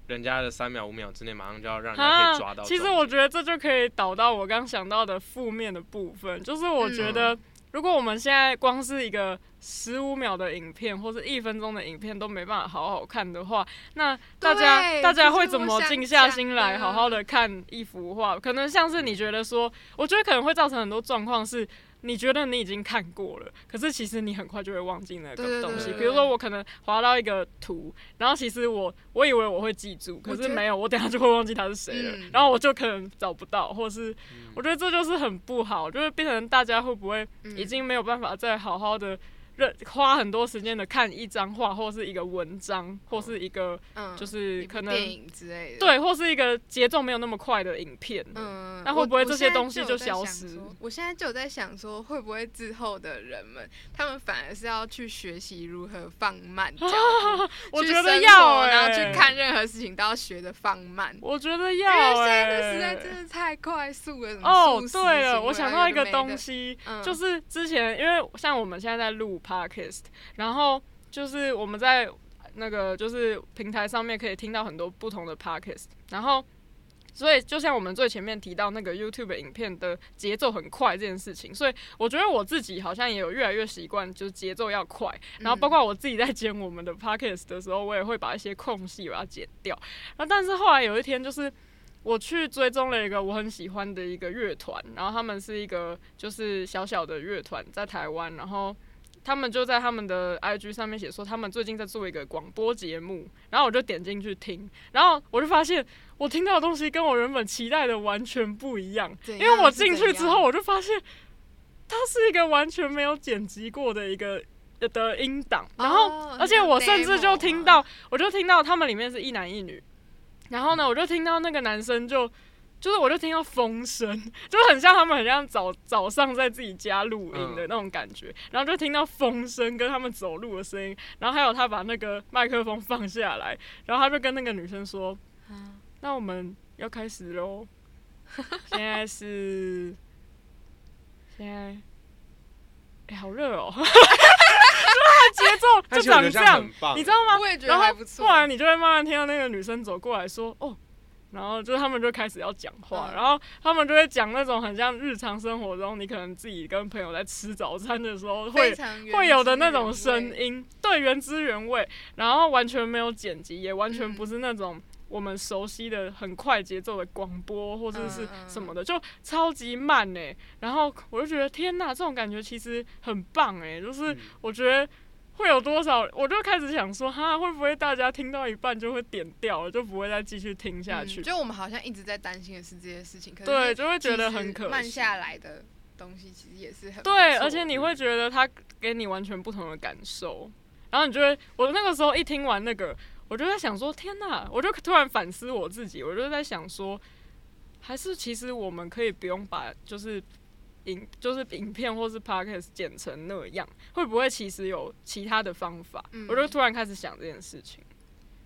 S4: 人家的三秒五秒之内，马上就要让人家可以抓
S3: 啊
S4: 到重，点。
S3: 其实我觉得这就可以导到我刚想到的负面的部分，就是我觉
S4: 嗯
S3: 得如果我们现在光是一个十五秒的影片或是一分钟的影片都没办法好好看的话，那大家
S2: 对
S3: 大家
S2: 这是
S3: 会怎么
S2: 我想
S3: 静下心来
S2: 讲的
S3: 好好的看一幅画？可能像是你觉得说，我觉得可能会造成很多状况是。你觉得你已经看过了，可是其实你很快就会忘记那
S2: 对对
S3: 个东
S4: 对
S3: 西。
S4: 对
S3: 比如说，我可能滑到一个图，然后其实我我以为我会记住，可
S2: 我
S3: 是
S2: 觉得
S3: 没有，我等下就会忘记它是谁了。
S2: 嗯
S3: 然后我就可能找不到，或是我觉得这就是很不好，就是变成大家会不会
S2: 嗯
S3: 已经没有办法再好好的认花很多时间的看一张画，或是一个文章，或是一个
S2: 嗯
S3: 就是
S2: 一部
S3: 可能
S2: 电影之类的，，
S3: 对，或是一个节奏没有那么快的影片。
S2: 嗯，
S3: 那
S2: 我
S3: 会不会这些
S2: 我现在
S3: 东西
S2: 有
S3: 就
S2: 在
S3: 消
S2: 想
S3: 失
S2: 说我现在就有在想说，会不会之后的人们，他们反而是要去学习如何放慢脚步
S3: 我
S2: 去
S3: 觉得
S2: 生
S3: 要、
S2: 活
S3: 欸，
S2: 然后去看，任何事情都要学着放慢。
S3: 我觉得
S2: 因为
S3: 要、
S2: 现
S3: 欸，
S2: 在的时代真的太快速了。什么
S3: 哦
S2: 速，食
S3: 对
S2: 行为
S3: 了，
S2: 啊
S3: 我想到一个东，
S2: 有的
S3: 西，
S2: 没的嗯
S3: 就是之前因为像我们现在在录 podcast，然后就是我们在那个就是平台上面可以听到很多不同的 podcast，然后。所以，就像我们最前面提到那个 YouTube 影片的节奏很快这件事情，所以我觉得我自己好像也有越来越习惯，就是节奏要快。然
S2: 嗯
S3: 后，包括我自己在剪我们的 podcast 的时候，我也会把一些空隙把它剪掉。然后，但是后来有一天，就是我去追踪了一个我很喜欢的一个乐团，然后他们是一个就是小小的乐团，在台湾，然后他们就在他们的 IG 上面写说，他们最近在做一个广播节目，然后我就点进去听，然后我就发现我听到的东西跟我原本期待的完全不一样，
S2: 怎
S3: 因
S2: 样
S3: 为我
S2: 是怎
S3: 进去之
S2: 样
S3: 后，我就发现它是一个完全没有剪辑过的一个呃的音档，然后、
S2: 哦
S3: 而且我甚至就听，到
S2: 那个 demo 啊，
S3: 我就听到他们里面是一男一女，然后呢，我就听到那个男生就。就是我就听到风声，就很像他们很像早早上在自己家录音
S4: 嗯
S3: 的那种感觉，然后就听到风声跟他们走路的声音，然后还有他把那个麦克风放下来，然后他就跟那个女生说：“
S2: 嗯
S3: 那我们要开始喽。现在是现在，哎、好热哦！就是它
S4: 但
S3: 节奏就
S4: 其实我觉
S3: 长
S4: 得
S3: 这
S4: 样
S3: 样
S4: 很，棒，
S3: 你知道吗？
S2: 我也觉得
S3: 然
S2: 还
S3: 后
S2: 不错
S3: 后来你就会慢慢听到那个女生走过来说：“哦。”然后就是他们就开始要讲话，
S2: 嗯
S3: 然后他们就会讲那种很像日常生活中你可能自己跟朋友在吃早餐的时候会
S2: 非常原
S3: 会有的
S2: 汁
S3: 那种
S2: 原
S3: 声
S2: 味，
S3: 音，对，原汁原味，然后完全没有剪辑，也完全
S2: 嗯
S3: 不是那种我们熟悉的很快节奏的广播或者
S2: 嗯
S3: 是什么的，就超级慢呢、然后我就觉得天呐，这种感觉其实很棒哎、就是
S4: 嗯
S3: 我觉得。会有多少？我就开始想说，哈，会不会大家听到一半就会点掉了，就不会再继续听下
S2: 嗯
S3: 去？
S2: 就我们好像一直在担心的是这些事情，可
S3: 对，
S2: 是
S3: 就会觉得
S2: 其
S3: 很
S2: 实
S3: 可惜。
S2: 慢下来的东西其实也是很
S3: 对，
S2: 不错
S3: 而
S4: 嗯
S3: 且你会觉得它给你完全不同的感受，然后你就会，我那个时候一听完那个，我就在想说，天哪！我就突然反思我自己，我就在想说，还是其实我们可以不用把就是影就是影片或是 podcast 剪成那样，会不会其实有其他的方法？
S2: 嗯
S3: 我就突然开始想这件事情。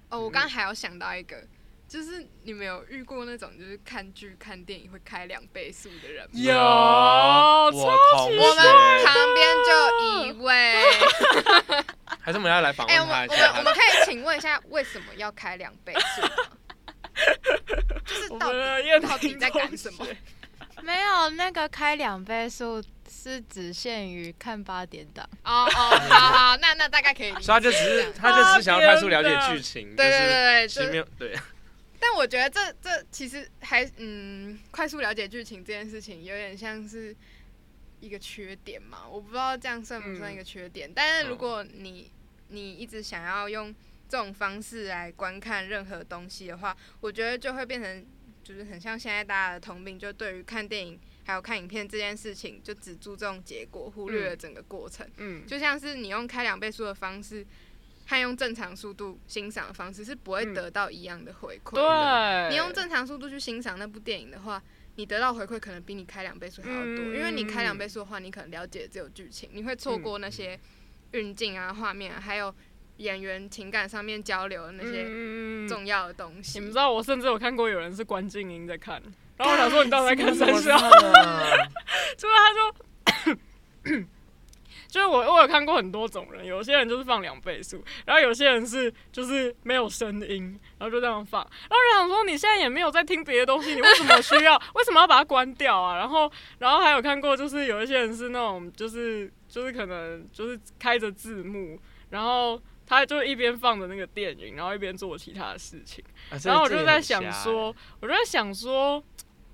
S2: 哦，
S3: 嗯
S2: 我刚刚还有想到一个，就是你们有遇过那种就是看剧看电影会开两倍速的人吗？
S3: 有
S4: 我
S3: 超
S4: 同
S3: 级
S4: 学
S2: 我们旁边就有一
S4: <laughs>
S2: 位，
S4: 还是我们要来访
S2: 哎、
S4: 问
S2: 我
S4: 他
S2: 们
S4: 一
S2: 我们我
S4: 下
S2: 们。可以请问一下，为什么要开两倍速吗？
S4: <laughs>
S2: 就是
S3: 我
S2: 到
S3: 们的
S2: 底
S3: 燕
S2: 到底
S3: 婷
S2: 在赶
S3: 同
S2: 什么？
S3: 学
S1: 没有那个开两倍速是只限于看八点档，
S2: 哦哦，好好，那那大概可以理
S4: 所以
S2: 解。
S4: 他就
S3: <laughs>
S4: 只是，他就只是想要快速
S3: 啊
S4: 了解剧情，
S2: 对对
S4: 就是
S2: 对对，
S4: 其
S2: 就
S4: 实没
S2: 是。
S4: 有对，
S2: 但我觉得这这其实还嗯，快速了解剧情这件事情有点像是一个缺点嘛，我不知道这样算不算一个缺点。但是如果
S3: 嗯
S2: 你你一直想要用这种方式来观看任何东西的话，我觉得就会变成就是很像现在大家的通病，就对于看电影还有看影片这件事情，就只注重结果，忽略了整个过程。
S3: 嗯，
S2: 就像是你用开两倍速的方式和用正常速度欣赏的方式是不会
S3: 嗯
S2: 得到一样的回馈的。
S3: 对，
S2: 你用正常速度去欣赏那部电影的话，你得到回馈可能比你开两倍速还要多，
S3: 嗯
S2: 因为你开两倍速的话，你可能了解的只有剧情，你会错过那些运镜啊、画面啊，还有演员情感上面交流的那些
S3: 嗯
S2: 重要的东西。
S3: 你
S2: <laughs>
S3: 们知道，我甚至有看过有人是关静音在看，然后我想说你到底在看三
S4: <laughs> 我知
S3: 笑
S4: 道？了
S3: <laughs> 就是他就 <coughs> 就是我我有看过很多种人，有些人就是放两倍速，然后有些人是就是没有声音，然后就这样放。然后我就想说，你现在也没有在听别的东西，你为什么需要为什么要把它关掉啊？然后然后还有看过，就是有一些人是那种就是就是可能就是开着字幕，然后他就一边放着那个电影，然后一边做其他的事情。
S4: 啊这
S3: 然后我
S4: 这也
S3: 就
S4: 很
S3: 在想
S4: 瞎欸
S3: 说，我就在想说，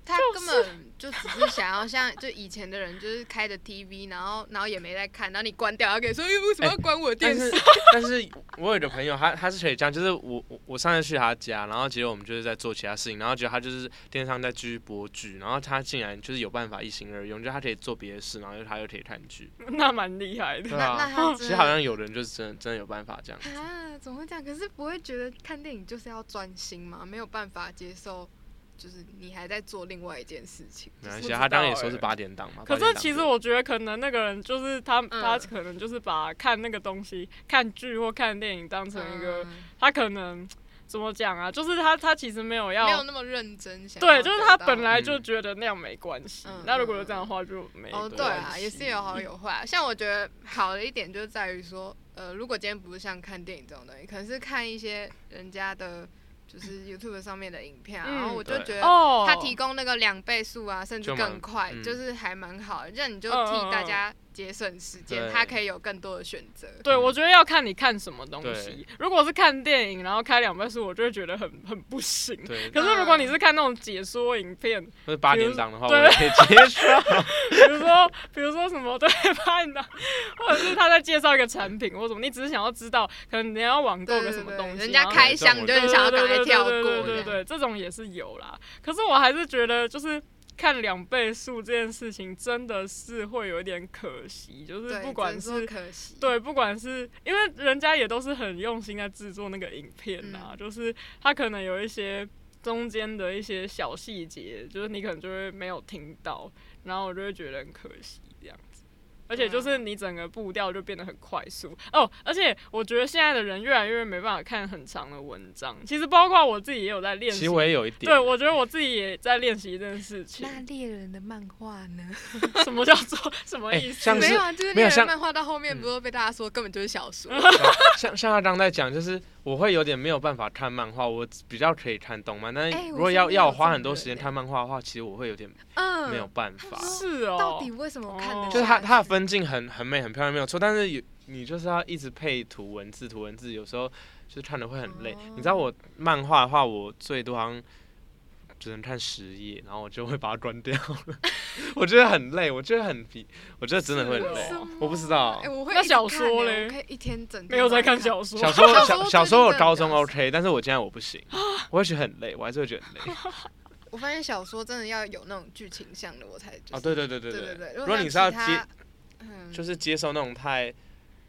S2: 他根本就只是想要像就以前的人，就是开着 TV，然后然后也没在看，然后你关掉，然后跟你说，哎为什么要关我的电
S4: 但
S2: 视
S4: 是？ <laughs> 但是我有一个朋友，他他是可以这样，就是我我我上次去他家，然后结果我们就是在做其他事情，然后结果他就是电视上在继续播剧，然后他竟然就是有办法一心二用，就他可以做别的事，然后他又可以看
S3: <laughs>
S4: 剧，
S3: 那蛮厉害的。
S4: 对
S2: 那那
S4: 啊。
S2: 他
S4: 其
S2: 真
S4: 实
S2: 的
S4: 好像有人就是真的真的有办法这样，
S2: 啊，怎么会这样？可是不会觉得看电影就是要专心吗？没有办法接受，就是你还在做另外一件事情。
S4: 没关
S3: 不
S4: 系
S3: 知
S4: 啊，他刚刚也
S3: 道
S4: 说是
S3: 欸
S4: 八点档嘛。
S3: <laughs> 可
S4: 八点
S3: 是
S4: 档
S3: 其实
S4: 对
S3: 我觉得可能那个人就是他，他
S2: 嗯
S3: 可能就是把看那个东西、看剧或看电影当成一个，
S2: 嗯
S3: 他可能怎么讲啊？就是他他其实没有
S2: 没有
S3: 要。
S2: 那么认真想要
S3: 对，
S2: 得到。
S3: 就是他本来就
S4: 嗯
S3: 觉得那样没关系，
S2: 嗯
S3: 那如果
S2: 嗯
S3: 是这样的话就没
S2: 哦，对
S3: 关
S2: 啊，
S3: 系
S2: 也是有好有坏啊。像我觉得好的一点就在于说，呃，如果今天不是像看电影这种东西，可能是看一些人家的。就是 YouTube 上面的影片啊，
S3: 嗯
S2: 然后我就
S4: 对
S2: 觉得
S3: 哦，
S2: 它提供那个两倍速啊，甚至
S4: 就蛮
S2: 更快，
S4: 嗯
S2: 就是还蛮好的，让你就
S3: 嗯嗯
S2: 替大
S3: 嗯
S2: 家节省时间，
S4: 对
S2: 它可以有更多的选择。
S3: 对，我觉得要看你看什么东
S4: 嗯对
S3: 西。如果是看电影，然后开两倍速，我就会觉得很很不行。
S4: 对，
S3: 可是如
S2: 嗯
S3: 果你是看那种解说影片，
S4: 或者八
S3: 比如
S4: 点档的话，我
S3: 对
S4: 也可以接
S3: <laughs>
S4: 受。
S3: 比如说比如说什么对拍的， <laughs> 或者是他在介绍一个产品或什么，你只是想要知道，可能你要网购
S2: 对
S3: 个
S2: 对
S3: 什么
S2: 对
S3: 东西，
S2: 人家
S3: 然后
S2: 开箱，你就
S4: 对
S2: 很想要赶快跳过
S3: 对对对
S2: 这
S3: 对对
S2: 样。
S3: 对，这种也是有啦。可是我还是觉得，就是看两倍速这件事情，真的是会有一点可惜，就是
S2: 对，
S3: 不管
S2: 只能
S3: 是
S2: 说可惜，
S3: 对，不管是因为人家也都是很用心在制作那个影片呐、
S2: 嗯
S3: 就是他可能有一些中间的一些小细节，就是你可能就会没有听到，然后我就会觉得很可惜这样子。而且
S2: 啊
S3: 就是你整个步调就变得很快速哦，而且我觉得现在的人越来越没办法看很长的文章，其实包括我自己也有在练
S4: 其
S3: 习
S4: 实，我也有一点，
S3: 对我觉得我自己也在练习这件事情。
S2: 猎人的漫画呢？
S3: 什么叫做什么
S4: 哎
S3: 意思？
S4: 像
S2: 没
S4: 是
S2: 有啊，就是
S4: 没
S2: 猎
S4: 有
S2: 人
S4: 像
S2: 漫画到后面不是被大家说根本就是小说，
S4: 像像他刚才讲，就是我会有点没有办法看漫画，我比较可以看动漫，但
S2: 哎
S4: 是
S2: 我
S4: 如果
S2: 身
S4: 要
S2: 边
S4: 要
S2: 有
S4: 我花
S2: 这
S4: 很
S2: 种
S4: 多时间
S2: 人
S4: 看漫画的话，其实我会有点
S2: 嗯，
S4: 没有办法。
S3: 是哦，
S2: 到底为什么看得
S3: 哦
S2: 下去？
S4: 就是它它的分镜很很美很漂亮没有错，但是有你就是要一直配图文字图文字，有时候就是看的会很累。你知道
S2: 哦
S4: 我漫画的话，我最多好像只能看十页，然后我就会把它关掉了。 <laughs> 我觉得很累，我觉得很疲，我觉得真的会
S3: 是
S4: 很
S3: 哦
S4: 累
S2: 什。么
S4: 我不知道
S2: 哎，，我会
S3: 那
S2: 一直
S3: 小
S2: 看
S3: 说
S2: 欸
S3: 嘞
S2: 我可以一天整天
S3: 没有在
S2: 都
S3: 看小说，
S4: 小时候
S2: 小
S4: 小
S2: 说
S4: 小
S2: 最
S4: 时候
S2: 近
S4: 我
S2: 真的
S4: 高
S2: 比较
S4: 中
S2: 少
S4: OK，但是我现在我不行，
S2: 啊
S4: 我会觉得很累，我还是会觉得
S2: <laughs>
S4: 很累。
S2: 我发现小说真的要有那种剧情向的，我才就是
S4: 哦，对对对
S2: 对
S4: 对对
S2: 对。果
S4: 如果
S2: 像
S4: 你是要
S2: 其
S4: 接，
S2: 他嗯，
S4: <laughs> 就是接受那种太。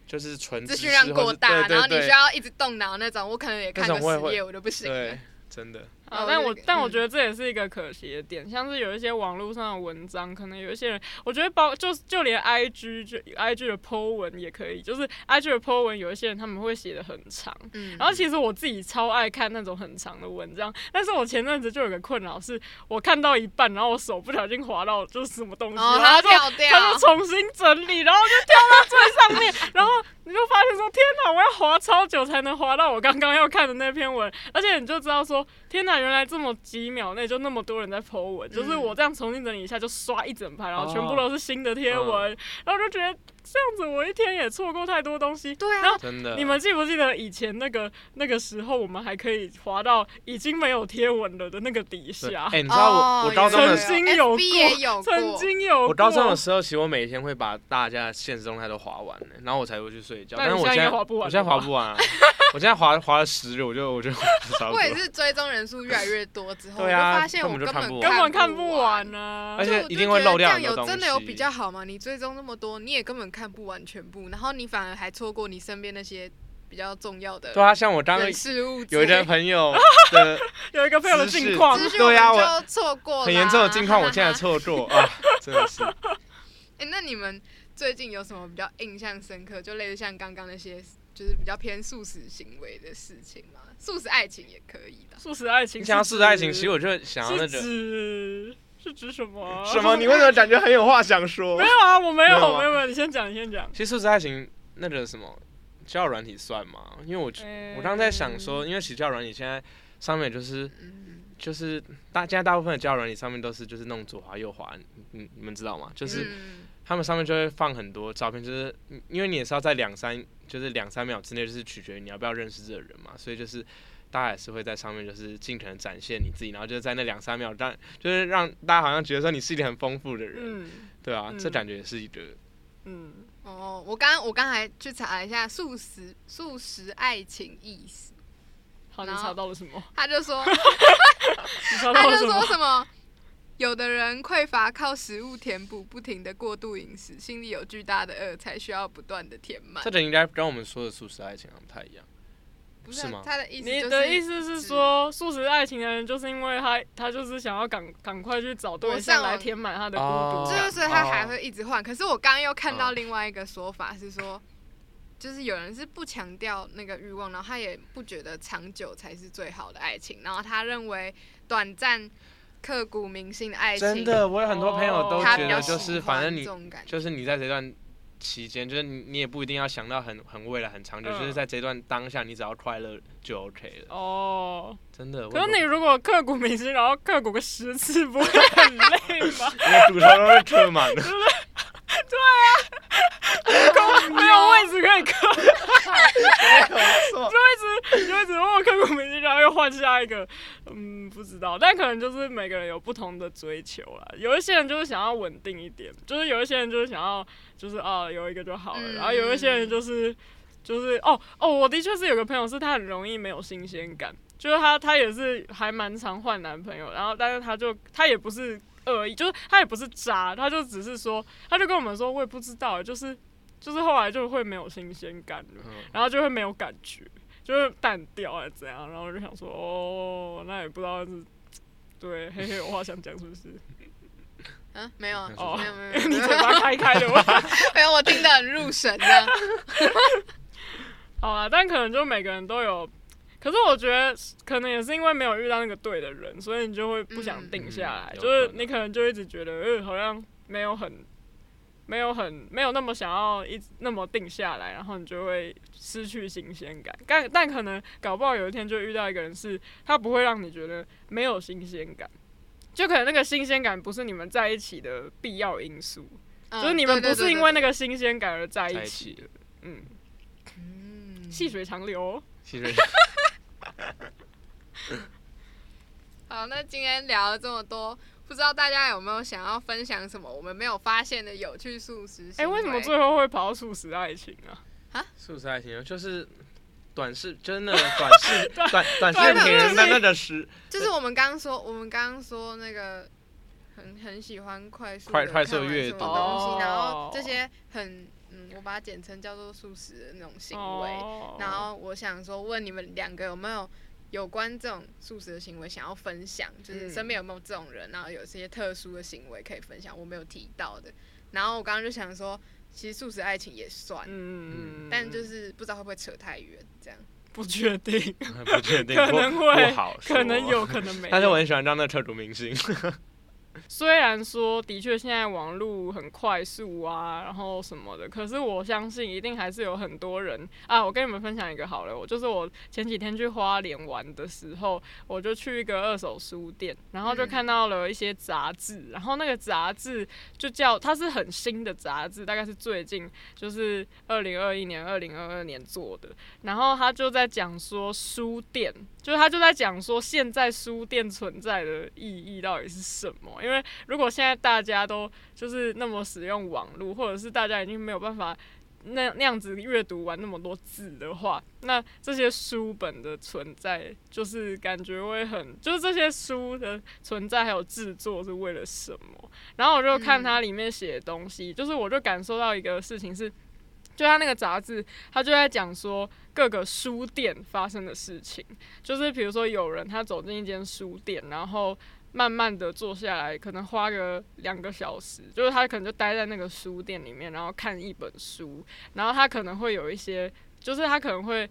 S4: 就是纯
S2: 资
S4: 知
S2: 讯
S4: 识
S2: 量
S4: 或
S2: 过
S4: 是
S2: 大，
S4: 对对
S2: 然后你
S4: 对
S2: 需要一直动脑那种，我可能也看
S4: 那
S2: 个
S4: 种我也
S2: 十
S4: 会
S2: 页我就不行了
S4: 对，，真的。
S3: 啊，
S2: 哦
S3: 但
S2: 那
S3: 我
S2: 个
S3: 但我
S2: 嗯
S3: 觉得这也是一个可惜的点，像是有一些网络上的文章，可能有一些人，我觉得包就就连 I G 就 I G 的 po 文也可以，就是 I G 的 po 文有一些人他们会写的很长，
S2: 嗯，
S3: 然后其实我自己超爱看那种很长的文章，但是我前阵子就有个困扰是，我看到一半，然后我手不小心滑到就是什么东西，
S2: 然后
S3: 然
S2: 它
S3: 后就
S2: 哦跳
S3: 他
S2: 掉
S3: 就，重新整理，然后就跳到最上面，然后你就发现说：“天哪，我要滑超久才能滑到我刚刚要看的那篇文。”而且你就知道说：“天哪，原来这么几秒内就那么多人在 po 文，就是
S2: 嗯
S3: 我这样重新整理一下就刷一整排，然后全部都是新的贴文，
S4: 哦
S3: 然后就觉得这样子我一天也错过太多东西。”
S2: 对
S3: 然
S2: 啊
S3: 后，
S4: 真
S3: <laughs>
S4: 的，
S3: 你们记不记得以前那个那个时候，我们还可以滑到已经没有贴文了的那个底
S4: 对
S3: 下
S4: 哎、？你知道我、
S2: 哦
S4: 我高中的
S3: 曾经有过
S2: FB 也有
S3: 曾
S2: 过，
S3: 经有
S4: 我高中
S3: 过
S4: 的时候，其实我每天会把大家的现实动态都划完、欸，然后我才会去睡觉。
S3: 那
S4: 但
S3: 你
S4: 是我
S3: 现在应该
S4: 在
S3: 划不完
S4: 我现
S3: 了
S4: 在
S3: 吧
S4: 划不完啊！我现在划划了十日，我就我就差不多
S2: 我也是追踪人数越来越多之后，我
S4: 对
S2: 就
S4: 啊
S2: 发现
S4: 根
S2: 我
S4: 本就看
S2: 本
S4: 不
S3: 根本看
S2: 不
S3: 不完。啊呢、
S4: 而且
S2: 就我
S4: 一
S2: 就
S4: 定会
S2: 觉得
S4: 漏掉
S2: 这样
S4: 很多
S2: 有
S4: 东
S2: 真的有
S4: 西
S2: 比较好吗？你追踪那么多，你也根本看不完全部，然后你反而还错过你身边那些比较重要的
S4: 对啊，像我刚刚
S2: 人事物之类的。
S4: 有一个朋友
S2: <laughs>
S4: 的
S3: 有一个朋友的
S4: 姿势
S3: 近况，
S2: 资讯
S4: 对啊
S2: 我们就错过啦
S4: 很严重的近况，我现 <laughs> 在。
S2: 哈哈
S4: 错过啊，真的是。
S2: <laughs> 哎、那你们最近有什么比较印象深刻，就类似像刚刚那些，就是比较偏素食行为的事情吗？素食爱情也可以的。
S3: 素食爱情
S4: 你
S3: 是指，
S4: 想要试的爱情，其实我就想啊要那
S3: 是
S4: 种
S3: 指是指什么啊？
S4: 什么？你为什么感觉很有话想说
S3: 没？有啊，我没有，
S4: 没有吗
S3: 没有，没有，你先讲，你先讲。
S4: 其实素食爱情那个什么交友软体算吗？因为我我刚刚在想说，因为其实交友软体现在上面就是
S2: 嗯，
S4: 就是大现在大部分的交友软体上面都是就是那种左滑右滑，你你你们知道吗？就是
S2: 嗯
S4: 他们上面就会放很多照片，就是嗯因为你也是要在两三就是两三秒之内，就是取决于你要不要认识这个人嘛，所以就是大家也是会在上面就是尽可能展现你自己，然后就是在那两三秒让就是让大家好像觉得说你是一个很丰富的人，
S3: 嗯
S4: 对啊，这
S3: 嗯
S4: 感觉也是一个
S3: 嗯，
S2: 哦，我刚我刚才去查了一下素食素食爱情意思，
S3: 好，你
S2: 然后
S3: 查到了
S2: <laughs>
S3: 什么？
S2: 他就
S4: <laughs>
S2: 说
S3: 你查到
S2: 他
S3: 了什
S2: 就说
S3: 么？
S2: 什么，有的人匮乏靠食物填补，不停的过度饮食，心里有巨大的饿，才需要不断的填满
S4: 这。个应该跟我们说的素食爱情好像不太一样，
S2: 不是
S4: 是吗
S2: 啊他的意思
S3: 你
S2: 就是
S3: 的意思是说，素食爱情的人就是因为他，他就是想要赶赶快去找对
S2: 我上
S3: 象
S2: 网
S3: 来填满他的孤
S4: 哦
S3: 独
S2: 就
S3: 感。
S2: 是所以他还会一直换。可是我刚刚又看到另外一个说法是说，就是有人是不强调那个欲望，然后他也不觉得长久才是最好的爱情，然后他认为短暂、刻骨铭心的爱情，
S4: 真的，我有很多朋友都
S2: 他
S4: 觉
S2: 比
S4: 得
S2: 较
S4: 就
S2: 喜
S4: 是
S2: 欢
S4: 反正你
S2: 这种感觉，
S4: 就是你在这段期间，就是你你也不一定要想到很很未来很长久，
S3: 嗯
S4: 就是在这段当下，你只要快乐就 OK 了。
S3: 哦，
S4: 真的，
S3: 可是你
S4: 为什么
S3: 如果刻骨铭心，然后刻骨个十次，不会很累吗？
S4: 因为骨头都会刻满了，
S3: 没有位置可以刻，
S4: 没有
S3: <laughs>
S4: 错。
S3: 就一直就一直问我刻骨铭心，然后又换下一个，嗯，不知道，但可能就是每个人有不同的追求啦。有一些人就是想要稳定一点，就是有一些人就是想要就是哦有一个就好了，
S2: 嗯
S3: 然后有一些人就是就是哦哦，我的确是有个朋友是他很容易没有新鲜感，就是他他也是还蛮常换男朋友，然后但是他就他也不是恶意，就是他也不是渣，他就只是说他就跟我们说我也不知道，就是就是后来就会没有新鲜感了。
S4: 嗯
S3: 然后就会没有感觉，就会淡掉还是怎样，然后我就想说，哦，那也不知道是，对，嘿嘿，有话想讲是不是？ <laughs>
S2: 嗯，没有啊，
S4: 哦
S2: 没有没有没有
S3: 你
S2: 没有
S3: 嘴巴开开的话，
S2: 没有，我听得很入神
S3: <laughs>
S2: 的。
S3: 好啊，但可能就每个人都有，可是我觉得可能也是因为没有遇到那个对的人，所以你就会不想定下来，
S4: 嗯嗯
S3: 就
S4: 有
S3: 是
S4: 可能
S3: 你可能就一直觉得，呃，好像没有很。没有很没有那么想要一直那么定下来，然后你就会失去新鲜感。但但可能搞不好有一天就遇到一个人是，他不会让你觉得没有新鲜感，就可能那个新鲜感不是你们在一起的必要因素，
S2: 嗯
S3: 就是你们不是因为
S2: 对对对对
S3: 那个新鲜感而在
S4: 在
S3: 一
S4: 一
S3: 起
S4: 起
S3: 的。嗯，
S2: 嗯
S3: 细水长流哦。
S4: 其实
S2: 好，那今天聊了这么多，不知道大家有没有想要分享什么我们没有发现的有趣素食？
S3: 哎、为什么最后会跑到素食爱情啊？
S4: 素食爱情就是短视，真的短视短短视
S3: 短视
S4: 频
S3: 频
S4: 那那个时
S2: 就是我们刚刚说，我们刚刚说那个很很喜欢快速地
S4: 快快速
S2: 看完
S4: 阅
S2: 什么
S4: 读
S2: 东
S3: 哦
S2: 西，然后这些很嗯，我把它简称叫做素食的那种行为。
S3: 哦
S2: 然后我想说，问你们两个有没有有关这种素食的行为想要分享？就是
S3: 嗯
S2: 身边有没有这种人，然后有些特殊的行为可以分享，我没有提到的。然后我刚刚就想说，其实素食爱情也算，
S3: 嗯，
S2: 但就是不知道会不会扯太远，这样。
S3: 不确定，
S4: 不确定，
S3: 可
S4: 不
S3: 能会
S4: 不好说，
S3: 可能有，可能没有。
S4: 但是我很喜欢当那个特种明星，
S3: 虽然说的确现在网络很快速啊，然后什么的，可是我相信一定还是有很多人啊。我跟你们分享一个好了，我就是我前几天去花莲玩的时候，我就去一个二手书店，然后就
S2: 嗯
S3: 看到了一些杂志，然后那个杂志就叫它是很新的杂志，大概是最近就是二零二一年、二零二二年做的，然后他就在讲说书店，就是他就在讲说现在书店存在的意义到底是什么？因为如果现在大家都就是那么使用网络，或者是大家已经没有办法那那样子阅读完那么多字的话，那这些书本的存在就是感觉会很，就是这些书的存在还有制作是为了什么？然后我就看它里面写的东西，就是我就感受到一个事情是，就他那个杂志，他就在讲说各个书店发生的事情，就是比如说有人他走进一间书店，然后慢慢的坐下来，可能花个两个小时，就是他可能就待在那个书店里面，然后看一本书，然后他可能会有一些，就是他可能会。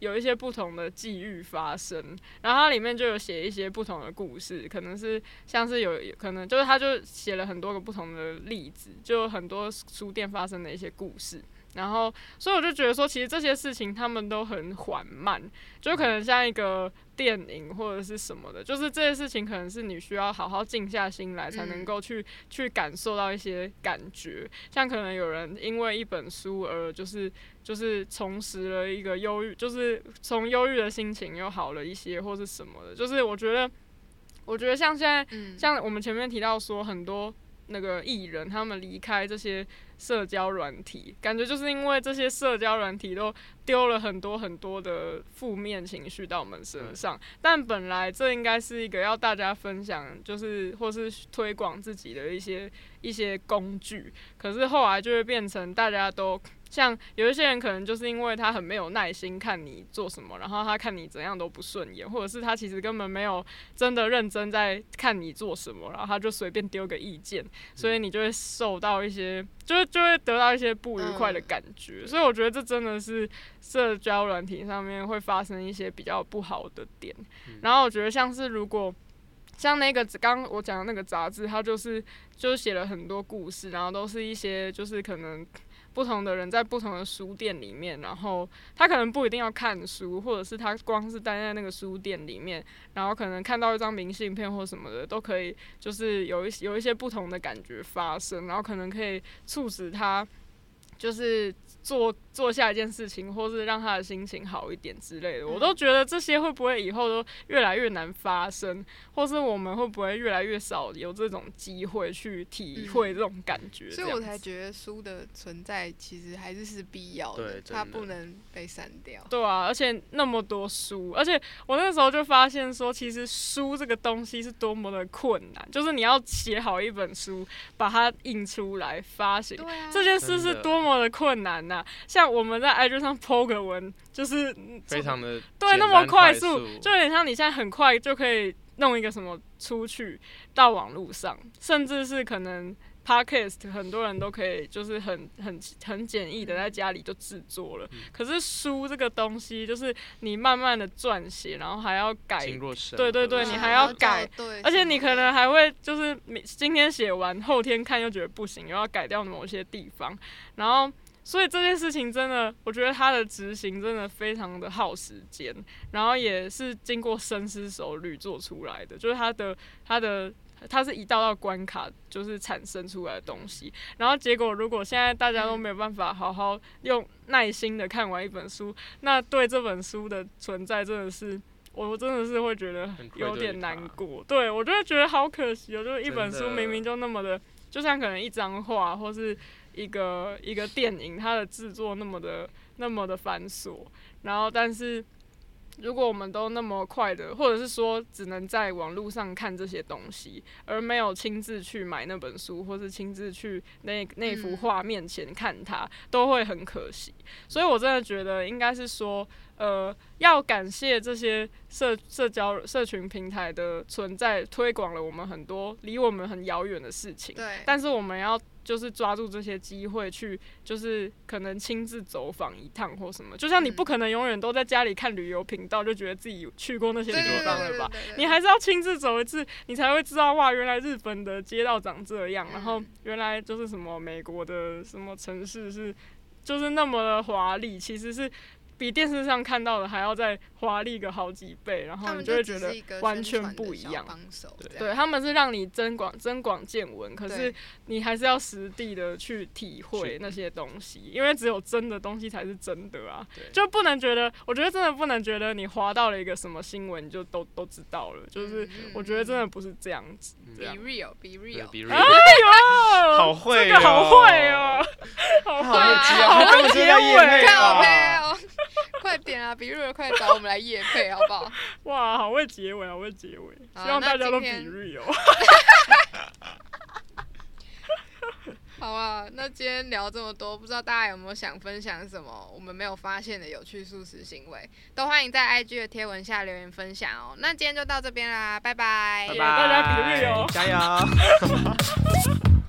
S3: 有一些不同的际遇发生，然后它里面就有写一些不同的故事，可能是像是有有可能就是他就写了很多个不同的例子，就有很多书店发生的一些故事，然后所以我就觉得说，其实这些事情他们都很缓慢，就可能像一个电影或者是什么的，就是这些事情可能是你需要好好静下心来，才能够去、去感受到一些感觉。像可能有人因为一本书而就是就是重拾了一个忧郁，就是从忧郁的心情又好了一些，或是什么的。就是我觉得，我觉得像现在
S2: 嗯，
S3: 像我们前面提到说，很多那个艺人他们离开这些社交软体，感觉就是因为这些社交软体都丢了很多很多的负面情绪到我们身上。但本来这应该是一个要大家分享，就是或是推广自己的一些一些工具，可是后来就会变成大家都。像有一些人可能就是因为他很没有耐心看你做什么，然后他看你怎样都不顺眼，或者是他其实根本没有真的认真在看你做什么，然后他就随便丢个意见，所以你就会受到一些，就是就会得到一些不愉快的感觉。所以我觉得这真的是社交软体上面会发生一些比较不好的点。然后我觉得像是如果像那个刚我讲的那个杂志，它就是就是写了很多故事，然后都是一些就是可能不同的人在不同的书店里面，然后他可能不一定要看书，或者是他光是待在那个书店里面，然后可能看到一张明信片或什么的，都可以就是有一些有一些不同的感觉发生，然后可能可以促使他就是做做下一件事情，或是让他的心情好一点之类
S2: 嗯
S3: 的。我都觉得这些会不会以后都越来越难发生，或是我们会不会越来越少有这种机会去体会这种感觉？
S2: 嗯所以
S3: 这样
S2: 我
S3: 子
S2: 才觉得书的存在其实还是是必要
S4: 对
S2: 的，
S4: 真的
S2: 它不能被删掉。
S3: 对啊，而且那么多书，而且我那时候就发现说，其实书这个东西是多么的困难，就是你要写好一本书，把它印出来发行，
S2: 对啊，
S3: 这件事
S4: 真
S3: 是
S4: 的
S3: 多么的困难呐、像我们在 IG 上 PO 个文，就是嗯
S4: 非常的
S3: 对
S4: 简
S3: 那么
S4: 单快
S3: 速，就有点像你现在很快就可以弄一个什么出去到网络上，甚至是可能 podcast 很多人都可以就是很很很简易的在家里就制作
S4: 嗯
S3: 了。可是书这个东西，就是你慢慢的撰写，然后还要改
S4: 经过审核，
S3: 对对对你还要
S2: 然后
S3: 改
S2: 嗯照对，
S3: 而且你可能还会就是你今天写完，后天看又觉得不行，又要改掉某些地方，然后所以这件事情真的，我觉得它的执行真的非常的耗时间，然后也是经过深思熟虑做出来的，就是它的它的。它是一道道关卡，就是产生出来的东西。然后结果，如果现在大家都没有办法好好用耐心的看完一本书，那对这本书的存在真的是，我真的是会觉得
S4: 很愧
S3: 有
S4: 对
S3: 点
S4: 它
S3: 难过。对我就会觉得好可惜哦，就是一本
S4: 真
S3: 书
S4: 的
S3: 明明就那么的，就像可能一张画或是一个一个电影，它的制作那么的那么的繁琐，然后但是。如果我们都那么快的，或者是说只能在网络上看这些东西，而没有亲自去买那本书，或是亲自去那那幅
S2: 嗯
S3: 画面前看它，都会很可惜。所以我真的觉得应该是说，呃，要感谢这些社社交社群平台的存在，推广了我们很多离我们很遥远的事情。
S2: 对，
S3: 但是我们要就是抓住这些机会去，就是可能亲自走访一趟或什么。就像你
S2: 嗯
S3: 不可能永远都在家里看旅游频道，就觉得自己去过那些
S2: 对
S4: 写
S2: 对对
S3: 地
S4: 作
S3: 方
S2: 对
S3: 了
S2: 对
S3: 吧？
S2: 对对
S3: 你还是要亲自走一次，你才会知道哇，原来日本的街道长这样，然后
S2: 嗯
S3: 原来就是什么美国的什么城市是就是那么的华丽，其实是比电视上看到的还要再华丽个好几倍，然
S2: 他
S3: 后你
S2: 们
S3: 就会觉
S2: 只
S3: 得
S2: 是一个
S3: 完
S2: 宣
S3: 全
S2: 传的
S3: 不一
S2: 小
S3: 样。
S2: 帮手
S4: 对
S2: 这
S3: 对
S2: 样，
S3: 他们是让你增广增广见闻，可是
S2: 对
S3: 你还是要实地的去体会
S4: 是
S3: 那些东西，因为只有真的东西才是真的啊。
S4: 对
S3: 就不能觉得，我觉得真的不能觉得你划到了一个什么新闻，你就都都知道了。就是
S2: 嗯
S3: 我觉得真的不是这样子。哎
S2: be real，be
S4: 对
S2: real，
S4: 比如好
S3: 好
S4: 会
S3: 这个好
S4: 哦
S3: 会哦，好
S4: 好
S3: 会
S4: 会
S3: 哦。
S4: 接啊，他根本是在夜配
S2: 靠背
S4: 吧？
S2: 哦， <laughs> 快点啊，be real，快找我们来夜配好不好？
S3: 哇，好会结尾，好会结尾，
S2: 好
S3: 希望大
S2: 那
S3: 家
S2: 今
S3: 都比
S2: 天
S3: 喻哦。
S2: 好啊，那今天聊这么多，不知道大家有没有想分享什么我们没有发现的有趣素食行为，都欢迎在 IG 的贴文下留言分享哦。那今天就到这边啦，拜拜
S4: 拜拜，
S3: 大家比喻哦
S4: 加油！